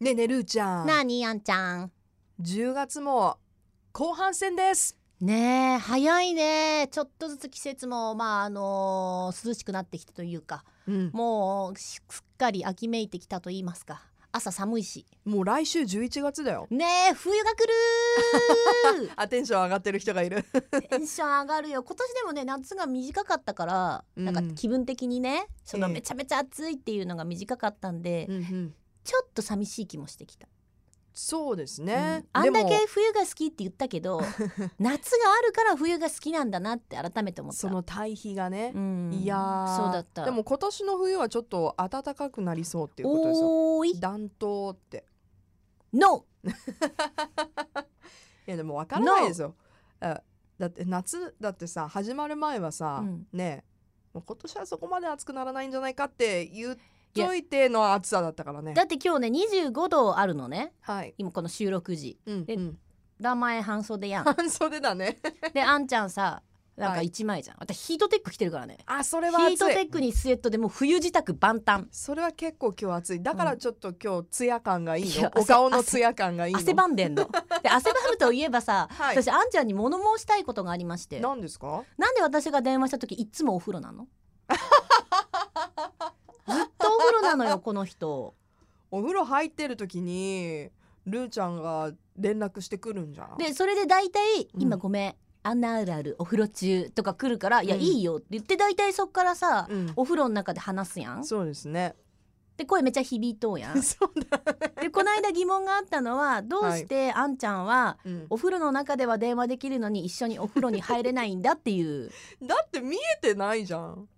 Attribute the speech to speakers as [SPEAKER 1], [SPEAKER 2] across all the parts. [SPEAKER 1] ねえねえるーちゃん
[SPEAKER 2] なあにあんちゃん
[SPEAKER 1] 10月も後半戦です
[SPEAKER 2] ねえ早いねちょっとずつ季節もまああの涼しくなってきたというか
[SPEAKER 1] うん
[SPEAKER 2] もうしすっかり秋めいてきたと言いますか朝寒いし
[SPEAKER 1] もう来週11月だよ
[SPEAKER 2] ねえ冬が来る
[SPEAKER 1] あテンション上がってる人がいる
[SPEAKER 2] テンション上がるよ今年でもね夏が短かったから、
[SPEAKER 1] うん
[SPEAKER 2] なんか気分的にねその
[SPEAKER 1] ええ
[SPEAKER 2] めちゃめちゃ暑いっていうのが短かったんで、
[SPEAKER 1] うん、うん、
[SPEAKER 2] ちょっと寂しい気もしてきた
[SPEAKER 1] そうですね、
[SPEAKER 2] うんあ
[SPEAKER 1] で
[SPEAKER 2] ん
[SPEAKER 1] も
[SPEAKER 2] だけ冬が好きって言ったけ ど夏があるから冬が好きなんだなって改めて思った
[SPEAKER 1] その対比がね
[SPEAKER 2] う、ん
[SPEAKER 1] いやー
[SPEAKER 2] そうだった
[SPEAKER 1] でも今年の冬はちょっと暖かくなりそうっていうことですよ
[SPEAKER 2] おーい
[SPEAKER 1] 暖冬って
[SPEAKER 2] の
[SPEAKER 1] いやでもわからないですよ、あだって夏だってさ始まる前はさ、
[SPEAKER 2] うん
[SPEAKER 1] ねえもう今年はそこまで暑くならないんじゃないかって言っといての暑さだったからね
[SPEAKER 2] だって今日ね25度あるのね
[SPEAKER 1] はい、
[SPEAKER 2] 今この収録時
[SPEAKER 1] うん
[SPEAKER 2] で
[SPEAKER 1] うん、
[SPEAKER 2] 名前半袖やん
[SPEAKER 1] 半袖だね
[SPEAKER 2] であんちゃんさなんか
[SPEAKER 1] はい
[SPEAKER 2] 1枚じゃん、私ヒートテック着てるからね
[SPEAKER 1] あそ
[SPEAKER 2] ヒ
[SPEAKER 1] れは暑
[SPEAKER 2] ートテ
[SPEAKER 1] い
[SPEAKER 2] ックにスウェットでもう冬支度万端
[SPEAKER 1] それは結構今日暑いだからちょっと今日ツヤ感がいい
[SPEAKER 2] い
[SPEAKER 1] の、
[SPEAKER 2] や
[SPEAKER 1] お顔のツヤ感がいいの
[SPEAKER 2] 汗ばんで んので汗ばむといえばさ、
[SPEAKER 1] はい
[SPEAKER 2] 私あんちゃんに物申したいことがありまして
[SPEAKER 1] 何ですか
[SPEAKER 2] なんで私が電話した時いつもお風呂 なのずっとお風呂なのよこの人
[SPEAKER 1] お風呂入ってる時にルーちゃんが連絡してくるんじゃん
[SPEAKER 2] でそれで大体「
[SPEAKER 1] うん
[SPEAKER 2] 今ごめん、あんなあるあるお風呂中」とか来るから「いや
[SPEAKER 1] う
[SPEAKER 2] い
[SPEAKER 1] ん
[SPEAKER 2] いよ」って言って大体そっからさ、
[SPEAKER 1] うん、
[SPEAKER 2] お風呂の中で話すやん
[SPEAKER 1] そうです ね
[SPEAKER 2] で声めちゃ響いとうや ん
[SPEAKER 1] そうだ、ね
[SPEAKER 2] でこの間疑問があったのはどうしてあんちゃんは
[SPEAKER 1] うん
[SPEAKER 2] お風呂の中では電話できるのに一緒にお風呂に入れないんだっていう
[SPEAKER 1] だって見えてないじゃん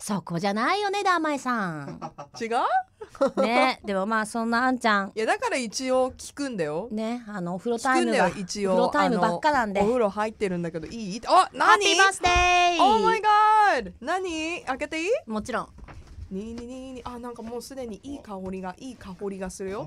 [SPEAKER 2] そこじゃないよねダーマイさ ん
[SPEAKER 1] 違う
[SPEAKER 2] ねでもまあそんなあんちゃん
[SPEAKER 1] いやだから一応聞くんだよ
[SPEAKER 2] ねあのお風呂タ
[SPEAKER 1] 聞
[SPEAKER 2] イ
[SPEAKER 1] くん
[SPEAKER 2] ム
[SPEAKER 1] だ
[SPEAKER 2] が
[SPEAKER 1] よ
[SPEAKER 2] お風
[SPEAKER 1] 一応
[SPEAKER 2] 呂タイムばっかなん
[SPEAKER 1] あ
[SPEAKER 2] で
[SPEAKER 1] のお風呂入ってるんだけどいいあ
[SPEAKER 2] ハッ
[SPEAKER 1] 何
[SPEAKER 2] ピーバースデ
[SPEAKER 1] オーマイ
[SPEAKER 2] ー
[SPEAKER 1] ガー何開けていい
[SPEAKER 2] もちろん
[SPEAKER 1] ににににあなんかもうすでにいい香りがいい香りがするよ。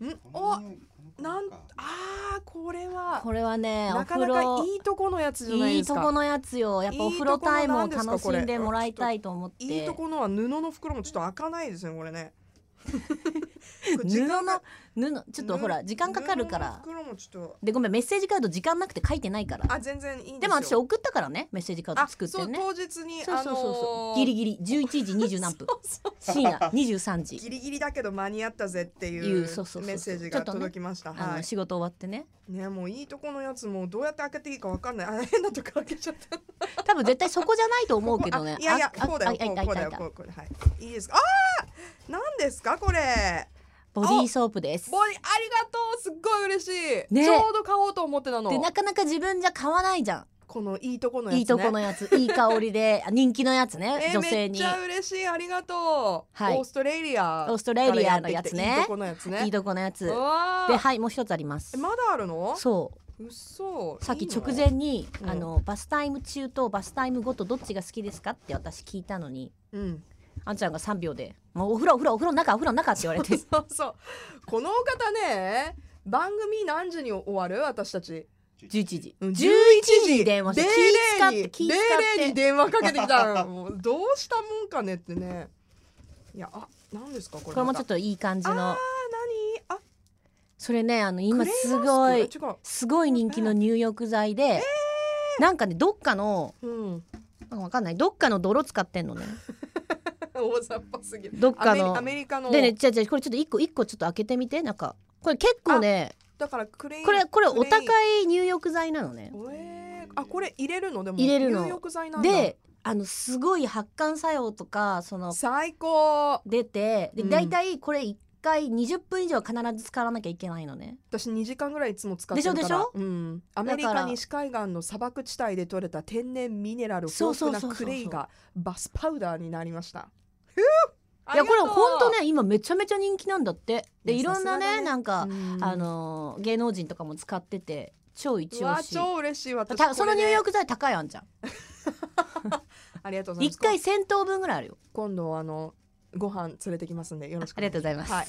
[SPEAKER 1] んお
[SPEAKER 3] この匂いこの
[SPEAKER 1] なん
[SPEAKER 3] 香りか
[SPEAKER 1] あーこれは
[SPEAKER 2] これはねお
[SPEAKER 1] なか
[SPEAKER 2] 風
[SPEAKER 1] なか
[SPEAKER 2] 呂
[SPEAKER 1] いいとこのやつじゃない
[SPEAKER 2] い
[SPEAKER 1] で
[SPEAKER 2] い
[SPEAKER 1] す
[SPEAKER 2] と
[SPEAKER 1] か。
[SPEAKER 2] このやつよやっぱお風呂タイムを楽しんでもらいたいと思って
[SPEAKER 1] いいとこのは布の袋もちょっと開かないですねこれ ね。これ時間が
[SPEAKER 2] 布の布ちょっとほら
[SPEAKER 1] 布
[SPEAKER 2] 時間かかるか
[SPEAKER 1] 布の
[SPEAKER 2] ら
[SPEAKER 1] 袋もちょっと
[SPEAKER 2] でごめんメッセージカード時間なくて書いてないから
[SPEAKER 1] あ全然いいんですよ。
[SPEAKER 2] でも私送ったからねメッセージカード作ってね
[SPEAKER 1] あそう当日に
[SPEAKER 2] そうそうそ
[SPEAKER 1] あ
[SPEAKER 2] うそ
[SPEAKER 1] の
[SPEAKER 2] う
[SPEAKER 1] ー
[SPEAKER 2] ギリギリ11時20何分深夜23時
[SPEAKER 1] ギリギリだけど間に合ったぜっていう
[SPEAKER 2] い
[SPEAKER 1] メ
[SPEAKER 2] うそうそうそうそう
[SPEAKER 1] ッセージ
[SPEAKER 2] ちょ
[SPEAKER 1] が
[SPEAKER 2] っとね
[SPEAKER 1] 届きました。
[SPEAKER 2] あ
[SPEAKER 1] は
[SPEAKER 2] の
[SPEAKER 1] い。
[SPEAKER 2] 仕事終わってね
[SPEAKER 1] ねもういいとこのやつもうどうやって開けていいかわかんない。あ変なとこ開けちゃった。
[SPEAKER 2] 多分絶対そこじゃないと思うけどね
[SPEAKER 1] あいやいや、
[SPEAKER 2] あ
[SPEAKER 1] こうだ
[SPEAKER 2] あ
[SPEAKER 1] よ、こう
[SPEAKER 2] ああ
[SPEAKER 1] こう
[SPEAKER 2] あ
[SPEAKER 1] だ
[SPEAKER 2] あ
[SPEAKER 1] よ、
[SPEAKER 2] あ
[SPEAKER 1] こうこうはい。いいですか。ああ、なんですか、これ。
[SPEAKER 2] ボディーソープです
[SPEAKER 1] ボディ、ありがとう、すっごい嬉しい。
[SPEAKER 2] ね
[SPEAKER 1] ちょうど買おうと思ってたの
[SPEAKER 2] で。なかなか自分じゃ買わないじゃん
[SPEAKER 1] このいいとこのやつ、ね。
[SPEAKER 2] いいとこのやつ、いい香りで、あ人気のやつね
[SPEAKER 1] え、ー
[SPEAKER 2] 女性に
[SPEAKER 1] めっち。ゃ嬉しい、ありがとう。
[SPEAKER 2] はい
[SPEAKER 1] オーストラリア。
[SPEAKER 2] オーストラリアのやつ
[SPEAKER 1] い
[SPEAKER 2] ね
[SPEAKER 1] いとこのやつね。
[SPEAKER 2] いいとこのやつ。
[SPEAKER 1] う
[SPEAKER 2] で、
[SPEAKER 1] わー
[SPEAKER 2] はい、もう一つあります
[SPEAKER 1] え。まだあるの。
[SPEAKER 2] そう
[SPEAKER 1] っそ。
[SPEAKER 2] さっき
[SPEAKER 1] いいの
[SPEAKER 2] 直前。に
[SPEAKER 1] うん
[SPEAKER 2] あのバスタイム中とバスタイム後とどっちが好きですかって私聞いたのに
[SPEAKER 1] うん。
[SPEAKER 2] あんちゃんが3秒で「もうお風呂お風呂お風呂の中お風呂の中」って言われて
[SPEAKER 1] そうそう。このお方ね。番組何時に終わる、私たち。
[SPEAKER 2] 11時
[SPEAKER 1] うん11
[SPEAKER 2] 11時に電話して気使
[SPEAKER 1] 00
[SPEAKER 2] って
[SPEAKER 1] に
[SPEAKER 2] 気使って
[SPEAKER 1] 00に電話かけてきたもうどうしたもんかねってねいやあ何ですかこれ
[SPEAKER 2] これもちょっ
[SPEAKER 1] と
[SPEAKER 2] といい感じの
[SPEAKER 1] あ
[SPEAKER 2] それねあの
[SPEAKER 1] 何あ
[SPEAKER 2] 今すご
[SPEAKER 1] ク
[SPEAKER 2] い
[SPEAKER 1] レイマスク
[SPEAKER 2] すごい人気の入浴剤でなんかねどっかの
[SPEAKER 1] 違ううん
[SPEAKER 2] なんかわかんないどっかの泥使ってんのね
[SPEAKER 1] 大雑把すぎる
[SPEAKER 2] どっ
[SPEAKER 1] ア
[SPEAKER 2] かの
[SPEAKER 1] メリアメリカの
[SPEAKER 2] でね、じゃじゃこれちょっと一個一個ちょっと開けてみて、なんか。これ結構ね、
[SPEAKER 1] だからクレイ
[SPEAKER 2] これこれお高
[SPEAKER 1] い
[SPEAKER 2] い入浴剤なのね。
[SPEAKER 1] えーあこれ入れるのでも
[SPEAKER 2] 入れるの
[SPEAKER 1] 入浴剤なんだ
[SPEAKER 2] で、あのすごい発汗作用とかその
[SPEAKER 1] 最高
[SPEAKER 2] 出て、で
[SPEAKER 1] うん
[SPEAKER 2] だいたいこれ一回20分以上は必ず使わなきゃいけないのね。
[SPEAKER 1] 私2時間ぐらいいつも使ってるから
[SPEAKER 2] でしょでしょ
[SPEAKER 1] うん、アメリ
[SPEAKER 2] だか
[SPEAKER 1] カ
[SPEAKER 2] ら
[SPEAKER 1] 西海岸の砂漠地帯で採れた天然ミネラル
[SPEAKER 2] そう
[SPEAKER 1] 豊
[SPEAKER 2] そう
[SPEAKER 1] 富
[SPEAKER 2] そう
[SPEAKER 1] な
[SPEAKER 2] そう
[SPEAKER 1] クレイがバスパウダーになりました
[SPEAKER 2] いやこれ本当
[SPEAKER 1] ね、
[SPEAKER 2] ね今めちゃめちゃ人気なんだって。で
[SPEAKER 1] いや
[SPEAKER 2] いろんな
[SPEAKER 1] さす
[SPEAKER 2] ね
[SPEAKER 1] がだね
[SPEAKER 2] なんか、
[SPEAKER 1] うん
[SPEAKER 2] あのー芸能人とかも使ってて超一
[SPEAKER 1] う
[SPEAKER 2] 押
[SPEAKER 1] わ
[SPEAKER 2] し。
[SPEAKER 1] 超嬉しい私
[SPEAKER 2] たその
[SPEAKER 1] これ
[SPEAKER 2] 入
[SPEAKER 1] で
[SPEAKER 2] 浴剤高いあんじゃん。
[SPEAKER 1] ありがとうございます
[SPEAKER 2] 一回1000等分ぐらいあるよ。
[SPEAKER 1] 今度あのご飯連れてきますんでよろしく
[SPEAKER 2] ありがとうございます。
[SPEAKER 1] はい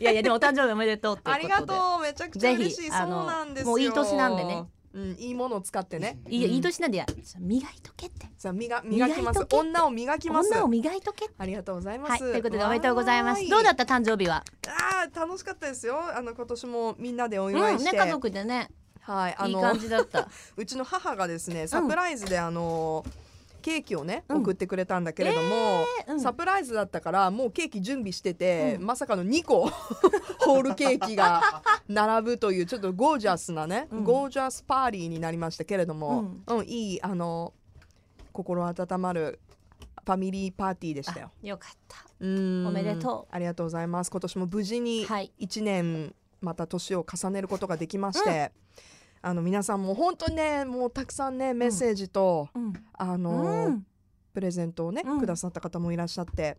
[SPEAKER 2] い、やいやでもお誕生日おめでとうっていう
[SPEAKER 1] あり
[SPEAKER 2] ことで。
[SPEAKER 1] がとうめちゃくちゃ嬉しい
[SPEAKER 2] ぜひ
[SPEAKER 1] そう
[SPEAKER 2] あの
[SPEAKER 1] なんですよ
[SPEAKER 2] もういい年なんでね
[SPEAKER 1] うん、いいものを使ってね。
[SPEAKER 2] いいよ
[SPEAKER 1] うん
[SPEAKER 2] いい年なんでや磨いとけって
[SPEAKER 1] さあ磨磨きま
[SPEAKER 2] 磨いと
[SPEAKER 1] す。
[SPEAKER 2] け
[SPEAKER 1] 女を磨きます。
[SPEAKER 2] 女を磨いとけ
[SPEAKER 1] ありがとうございま
[SPEAKER 2] はい
[SPEAKER 1] す。
[SPEAKER 2] ということでおめでとうございます
[SPEAKER 1] わー
[SPEAKER 2] どうだった誕生日は
[SPEAKER 1] あー楽しかったですよ。あの今年もみんなでお
[SPEAKER 2] う
[SPEAKER 1] 祝い
[SPEAKER 2] ん
[SPEAKER 1] し
[SPEAKER 2] ね
[SPEAKER 1] て、
[SPEAKER 2] 家族でね
[SPEAKER 1] はいあ
[SPEAKER 2] いい
[SPEAKER 1] の
[SPEAKER 2] 感じだった
[SPEAKER 1] うちの母がですねサプライズであの、ケーキをね
[SPEAKER 2] うん
[SPEAKER 1] 送ってくれたんだけれども、
[SPEAKER 2] えうん
[SPEAKER 1] サプライズだったからもうケーキ準備してて、
[SPEAKER 2] う
[SPEAKER 1] まさかの2個 ホールケーキが並ぶというちょっとゴージャスなね、
[SPEAKER 2] うん
[SPEAKER 1] ゴージャスパーリーになりましたけれども、うんいいあの心温まるファミリーパーティーでしたよ。
[SPEAKER 2] あよかった
[SPEAKER 1] うーん
[SPEAKER 2] おめでと
[SPEAKER 1] ありがとうございます今年も無事に
[SPEAKER 2] はい
[SPEAKER 1] 1年また年を重ねることができまして、あの皆さんも本当にねもうたくさんねメッセージと、
[SPEAKER 2] うん
[SPEAKER 1] あの、
[SPEAKER 2] うん
[SPEAKER 1] プレゼントをね、
[SPEAKER 2] うん
[SPEAKER 1] くださった方もいらっしゃって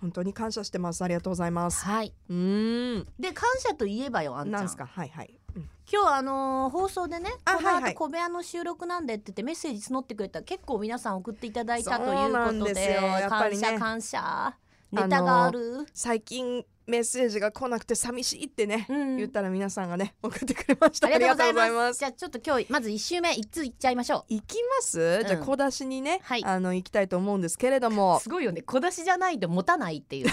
[SPEAKER 1] 本当に感謝してますありがとうございます
[SPEAKER 2] はい。
[SPEAKER 1] うーん
[SPEAKER 2] で感謝といえばよあんちゃ
[SPEAKER 1] なん
[SPEAKER 2] ん
[SPEAKER 1] ですかはいはい、うん
[SPEAKER 2] 今日あのー放送でね
[SPEAKER 1] あ
[SPEAKER 2] この
[SPEAKER 1] はいは
[SPEAKER 2] 後
[SPEAKER 1] い
[SPEAKER 2] 小部屋の収録なんでって言ってメッセージ募ってくれた結構皆さん送っていただいた
[SPEAKER 1] そ
[SPEAKER 2] と
[SPEAKER 1] う
[SPEAKER 2] いう
[SPEAKER 1] な
[SPEAKER 2] こ
[SPEAKER 1] ん
[SPEAKER 2] とで
[SPEAKER 1] ですよやっぱ
[SPEAKER 2] 感
[SPEAKER 1] りね
[SPEAKER 2] 謝感謝ネタがある
[SPEAKER 1] 最近メッセージが来なくて寂しいってね、
[SPEAKER 2] うん
[SPEAKER 1] 言ったら皆さんがね送ってくれました
[SPEAKER 2] ありがとうござい
[SPEAKER 1] ありがとうござい
[SPEAKER 2] ま
[SPEAKER 1] ます
[SPEAKER 2] すじゃあちょっと今日まず一周目一通いっちゃいましょ
[SPEAKER 1] 行きます、じゃあ
[SPEAKER 2] うん
[SPEAKER 1] 小出しにね、
[SPEAKER 2] はい
[SPEAKER 1] あの行きたいと思うんですけれども
[SPEAKER 2] うすごいよね小出しじゃないと持たないっていう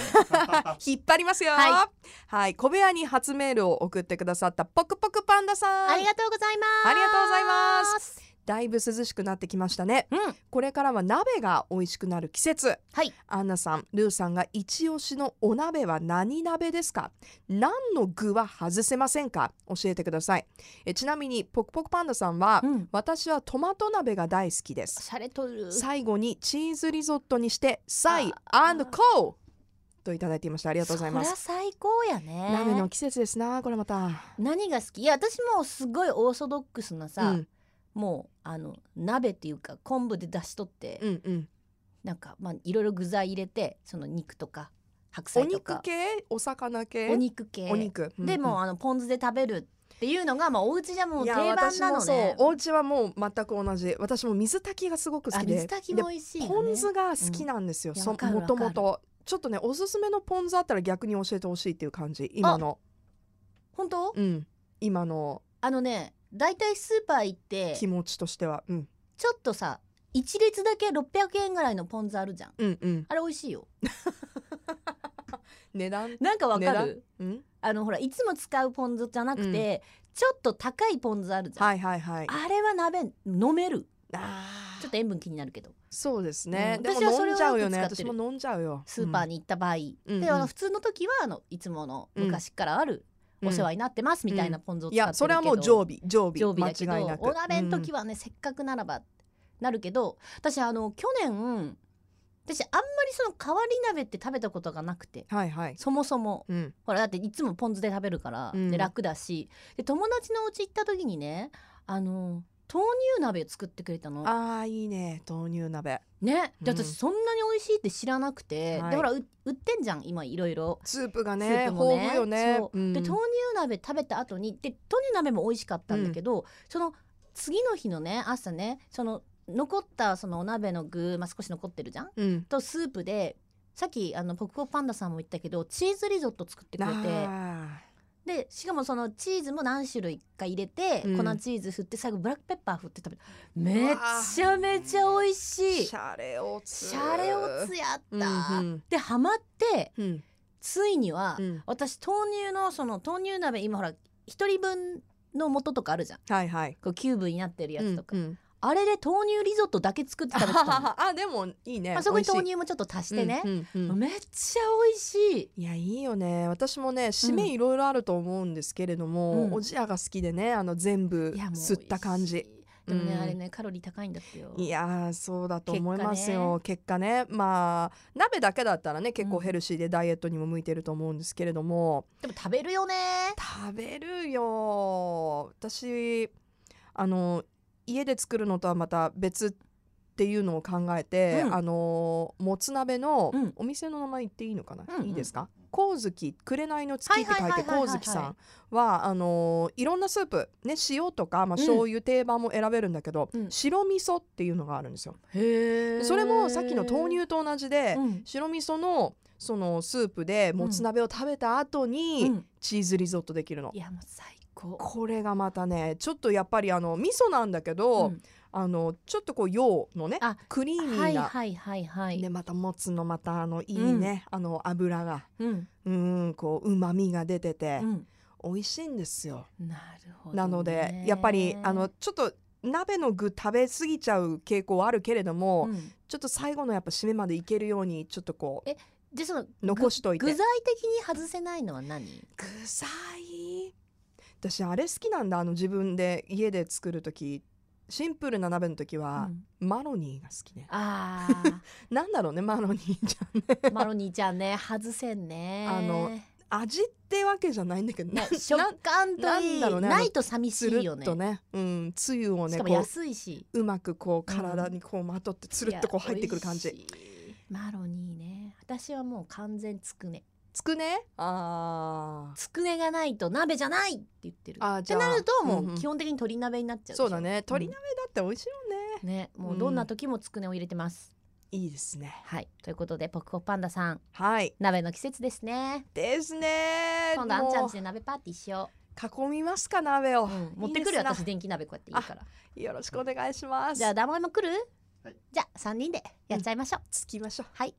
[SPEAKER 2] ね
[SPEAKER 1] 引っ張りますよ。
[SPEAKER 2] は
[SPEAKER 1] はい、小部屋に初メールを送ってくださったポクポクパンダさん。
[SPEAKER 2] ありがとうございます
[SPEAKER 1] ありがとうございますだいぶ涼しくなってきましたね。
[SPEAKER 2] うん
[SPEAKER 1] これからは鍋が美味しくなる季節。
[SPEAKER 2] はい
[SPEAKER 1] アンナさん、ルーさんが一押しのお鍋は何鍋ですか何の具は外せませんか教えてください。えちなみに、ポクポクパンダさんは、
[SPEAKER 2] うん
[SPEAKER 1] 私はトマト鍋が大好きです。
[SPEAKER 2] 洒落とる
[SPEAKER 1] 最後にチーズリゾットにして、サイ
[SPEAKER 2] あー
[SPEAKER 1] コーといただいていました。ありがとうございます。
[SPEAKER 2] そりゃ最高やね
[SPEAKER 1] 鍋の季節ですな、これまた。
[SPEAKER 2] 何が好きいや私もすごいオーソドックスなさ、
[SPEAKER 1] うん
[SPEAKER 2] もうあの鍋っていうか昆布で出しとって、
[SPEAKER 1] うんうん、
[SPEAKER 2] なんかまあいろいろ具材入れてその肉とか白
[SPEAKER 1] お
[SPEAKER 2] 菜と
[SPEAKER 1] 肉
[SPEAKER 2] か
[SPEAKER 1] 系お魚系
[SPEAKER 2] お肉系
[SPEAKER 1] お肉うんうん
[SPEAKER 2] でもうあのポン酢で食べるっていうのがまあお家じゃもう
[SPEAKER 1] い
[SPEAKER 2] 定
[SPEAKER 1] や
[SPEAKER 2] 番なの
[SPEAKER 1] 私も
[SPEAKER 2] ね
[SPEAKER 1] そうお家はもう全く同じ私も水炊きがすごく好
[SPEAKER 2] あ
[SPEAKER 1] きで
[SPEAKER 2] 水炊きも美味しい
[SPEAKER 1] で
[SPEAKER 2] よ
[SPEAKER 1] ポ
[SPEAKER 2] ね
[SPEAKER 1] ン酢が好きなんですよ、
[SPEAKER 2] うんいや
[SPEAKER 1] そ
[SPEAKER 2] わかる
[SPEAKER 1] もとも
[SPEAKER 2] わか
[SPEAKER 1] とちょっとねおすすめのポン酢あったら逆に教えてほしいっていう感じ今の
[SPEAKER 2] 本当
[SPEAKER 1] うん今の
[SPEAKER 2] あのねだいたいスーパー行って
[SPEAKER 1] 気持ちとしては、うん、
[SPEAKER 2] ちょっとさ一列だけ600円ぐらいのポン酢あるじゃん
[SPEAKER 1] うんうん
[SPEAKER 2] あれ美味しいよ
[SPEAKER 1] 値段
[SPEAKER 2] なんかわか
[SPEAKER 1] 値段
[SPEAKER 2] る
[SPEAKER 1] うん
[SPEAKER 2] あのほらいつも使うポン酢じゃなくて、ちょっと高いポン酢あるじゃん、
[SPEAKER 1] はいはいはい
[SPEAKER 2] あれは鍋飲める
[SPEAKER 1] あー
[SPEAKER 2] ちょっと塩分気になるけど
[SPEAKER 1] そうですね、
[SPEAKER 2] うん
[SPEAKER 1] でも
[SPEAKER 2] 私はそ
[SPEAKER 1] 飲
[SPEAKER 2] れを
[SPEAKER 1] んじゃうよね
[SPEAKER 2] よく使っ
[SPEAKER 1] 私
[SPEAKER 2] てる
[SPEAKER 1] も飲んじゃうよ
[SPEAKER 2] スーパー
[SPEAKER 1] に、
[SPEAKER 2] に行った場合、
[SPEAKER 1] うん
[SPEAKER 2] であの普通の時はあのいつもの昔からある
[SPEAKER 1] うん
[SPEAKER 2] お世話になってますみたいなポン酢を
[SPEAKER 1] い
[SPEAKER 2] 使ってるけど、
[SPEAKER 1] やそれはもう常備常備
[SPEAKER 2] 常備だけど
[SPEAKER 1] 間違いなく
[SPEAKER 2] お鍋の時
[SPEAKER 1] は、
[SPEAKER 2] はね、せっかくならばなるけど私あの去年私あんまりその変わり鍋って食べたことがなくて
[SPEAKER 1] うんはいはい、
[SPEAKER 2] そもそも
[SPEAKER 1] うん、
[SPEAKER 2] ほらだっていつもポン酢で食べるから、
[SPEAKER 1] うん
[SPEAKER 2] で楽だしで友達のお家行った時にねあの豆乳鍋を作ってくれたの
[SPEAKER 1] あーいいね豆乳鍋
[SPEAKER 2] ね、
[SPEAKER 1] うん
[SPEAKER 2] で私そんなに美味しいって知らなくて、
[SPEAKER 1] はい
[SPEAKER 2] でほらう売ってんじゃん今いろいろ
[SPEAKER 1] スープがね
[SPEAKER 2] スープもね
[SPEAKER 1] 豊富よね
[SPEAKER 2] そう
[SPEAKER 1] うん
[SPEAKER 2] で豆乳鍋食べた後にで豆乳鍋も美味しかったんだけど、その次の日のね朝ねその残ったそのお鍋の具、まあ、少し残ってるじゃん
[SPEAKER 1] うん
[SPEAKER 2] とスープでさっきあのポクポクパンダさんも言ったけどチーズリゾット作ってくれて
[SPEAKER 1] あ
[SPEAKER 2] でしかもそのチーズも何種類か入れて、
[SPEAKER 1] うん
[SPEAKER 2] 粉チーズ振って最後ブラックペッパー振って食べためちゃめちゃ美味し
[SPEAKER 1] ー
[SPEAKER 2] い
[SPEAKER 1] シャレオツ
[SPEAKER 2] シャレオツやった、
[SPEAKER 1] うん
[SPEAKER 2] でハマって
[SPEAKER 1] うんうん
[SPEAKER 2] ついには、
[SPEAKER 1] うん
[SPEAKER 2] 私豆乳のその豆乳鍋今ほら一人分の素とかあるじゃん
[SPEAKER 1] はいはい
[SPEAKER 2] こうキューブになってるやつとか、
[SPEAKER 1] うんうん
[SPEAKER 2] あれで豆乳リゾットだけ 作って食べてたの、
[SPEAKER 1] あでもいいね
[SPEAKER 2] あ、そこ
[SPEAKER 1] 美味
[SPEAKER 2] に
[SPEAKER 1] しい
[SPEAKER 2] 豆乳もちょっと足してね、
[SPEAKER 1] うんうんうん
[SPEAKER 2] めっちゃ美味しい
[SPEAKER 1] いやいいよね私もね締めいろいろあると思うんですけれども、
[SPEAKER 2] うん
[SPEAKER 1] おじやが好きでねあの全部
[SPEAKER 2] いやもう美味しい
[SPEAKER 1] 吸った感じ
[SPEAKER 2] でもね、
[SPEAKER 1] うん
[SPEAKER 2] あれねカロリー高いんだってよ
[SPEAKER 1] いやーそうだと思いますよ結果ねまあ鍋だけだったらね結構ヘルシーでダイエットにも向いてると思うんですけれども、
[SPEAKER 2] でも食べるよね
[SPEAKER 1] 食べるよ私あの家で作るのとはまた別っていうのを考えて、
[SPEAKER 2] うん
[SPEAKER 1] あのもつ鍋の、
[SPEAKER 2] うん
[SPEAKER 1] お店の名前言っていいのかな、
[SPEAKER 2] うんうん
[SPEAKER 1] いいですか光月紅の月って書い
[SPEAKER 2] はいは
[SPEAKER 1] て
[SPEAKER 2] いはいはいは
[SPEAKER 1] 光
[SPEAKER 2] い
[SPEAKER 1] 月さんはあのいろんなスープね塩とかまあ
[SPEAKER 2] うん
[SPEAKER 1] 醤油、定番も選べるんだけど、
[SPEAKER 2] うん
[SPEAKER 1] 白味噌っていうのがあるんですよ
[SPEAKER 2] へ
[SPEAKER 1] それもさっきの豆乳と同じで、
[SPEAKER 2] うん
[SPEAKER 1] 白味噌のそのスープでもつ鍋を食べた後に、
[SPEAKER 2] うん
[SPEAKER 1] チーズリゾットできるの
[SPEAKER 2] いやもう最高
[SPEAKER 1] これがまたねちょっとやっぱりあの味噌なんだけど、
[SPEAKER 2] うん
[SPEAKER 1] あのちょっとこう洋のね
[SPEAKER 2] あ
[SPEAKER 1] クリーミーな、
[SPEAKER 2] はいはいはいはい、
[SPEAKER 1] でまたもつのまたあのいいね、あの油が
[SPEAKER 2] うん
[SPEAKER 1] うーんこうまみが出てて
[SPEAKER 2] う、ん、
[SPEAKER 1] 美味しいんですよ。
[SPEAKER 2] なるほど、ね、
[SPEAKER 1] なのでやっぱりあの、ちょっと鍋の具食べ過ぎちゃう傾向はあるけれども、
[SPEAKER 2] うん
[SPEAKER 1] ちょっと最後のやっぱ締めまでいけるようにちょっとこう
[SPEAKER 2] えでその
[SPEAKER 1] 残しといて
[SPEAKER 2] 具材的に外せないのは何
[SPEAKER 1] 具材私あれ好きなんだあの自分で家で作る時シンプルな鍋の時は
[SPEAKER 2] う、ん
[SPEAKER 1] マロニーが好きね
[SPEAKER 2] あ
[SPEAKER 1] なんだろうねマロニーじ ゃんね
[SPEAKER 2] ーマロニーちゃんね外せんね
[SPEAKER 1] あの味ってわけじゃないんだけど
[SPEAKER 2] ね
[SPEAKER 1] な
[SPEAKER 2] 食感とい
[SPEAKER 1] な
[SPEAKER 2] いなん
[SPEAKER 1] だろうね
[SPEAKER 2] いと寂し
[SPEAKER 1] つる
[SPEAKER 2] いよ
[SPEAKER 1] っ
[SPEAKER 2] ね
[SPEAKER 1] とねうんつゆを
[SPEAKER 2] し
[SPEAKER 1] ね
[SPEAKER 2] かも
[SPEAKER 1] こ
[SPEAKER 2] 安いし
[SPEAKER 1] ううまくこう体にこうまとってつるっとこう入ってくる感
[SPEAKER 2] いや
[SPEAKER 1] じ
[SPEAKER 2] 美味しいマロニーね私はもう完全つくね
[SPEAKER 1] つくねあー
[SPEAKER 2] つくねがないと鍋じゃないって言ってる
[SPEAKER 1] あー
[SPEAKER 2] っ
[SPEAKER 1] じ
[SPEAKER 2] て
[SPEAKER 1] ゃあ
[SPEAKER 2] なるとも
[SPEAKER 1] ん
[SPEAKER 2] うん基本的に鶏鍋になっちゃうでしょ
[SPEAKER 1] そうだね鶏鍋だって美味しいよね、
[SPEAKER 2] ねもうどんな時もつくねを入れてます、
[SPEAKER 1] いいですね
[SPEAKER 2] はいということでポクポクパンダさん
[SPEAKER 1] はい
[SPEAKER 2] 鍋の季節ですね
[SPEAKER 1] ですね
[SPEAKER 2] 今度あんちゃん
[SPEAKER 1] も
[SPEAKER 2] ちで鍋パーティーしよ
[SPEAKER 1] う囲みますか鍋を、
[SPEAKER 2] う、うん持ってくるよ
[SPEAKER 1] いいですな
[SPEAKER 2] 私電気鍋こうやっていいから
[SPEAKER 1] よろしくお願いします。
[SPEAKER 2] じゃあダも来る、
[SPEAKER 3] はい
[SPEAKER 2] じゃあ3人でやっちゃいましょう、
[SPEAKER 1] つきましょう。
[SPEAKER 2] はい